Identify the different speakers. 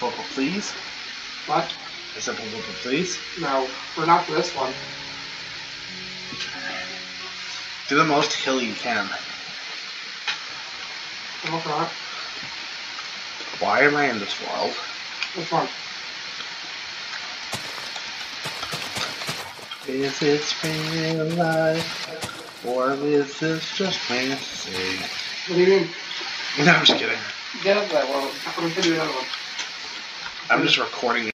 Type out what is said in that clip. Speaker 1: vocal please.
Speaker 2: What?
Speaker 1: A simple vocal please.
Speaker 2: No, we're not for this one.
Speaker 1: Do the most hill you can.
Speaker 2: I'm not for that.
Speaker 1: Why am I in this world?
Speaker 2: Which one?
Speaker 1: Is this real life? Or is this just fantasy?
Speaker 2: What do you mean?
Speaker 1: No, I'm just kidding.
Speaker 2: Get up that one. I'm gonna do another one.
Speaker 1: I'm just recording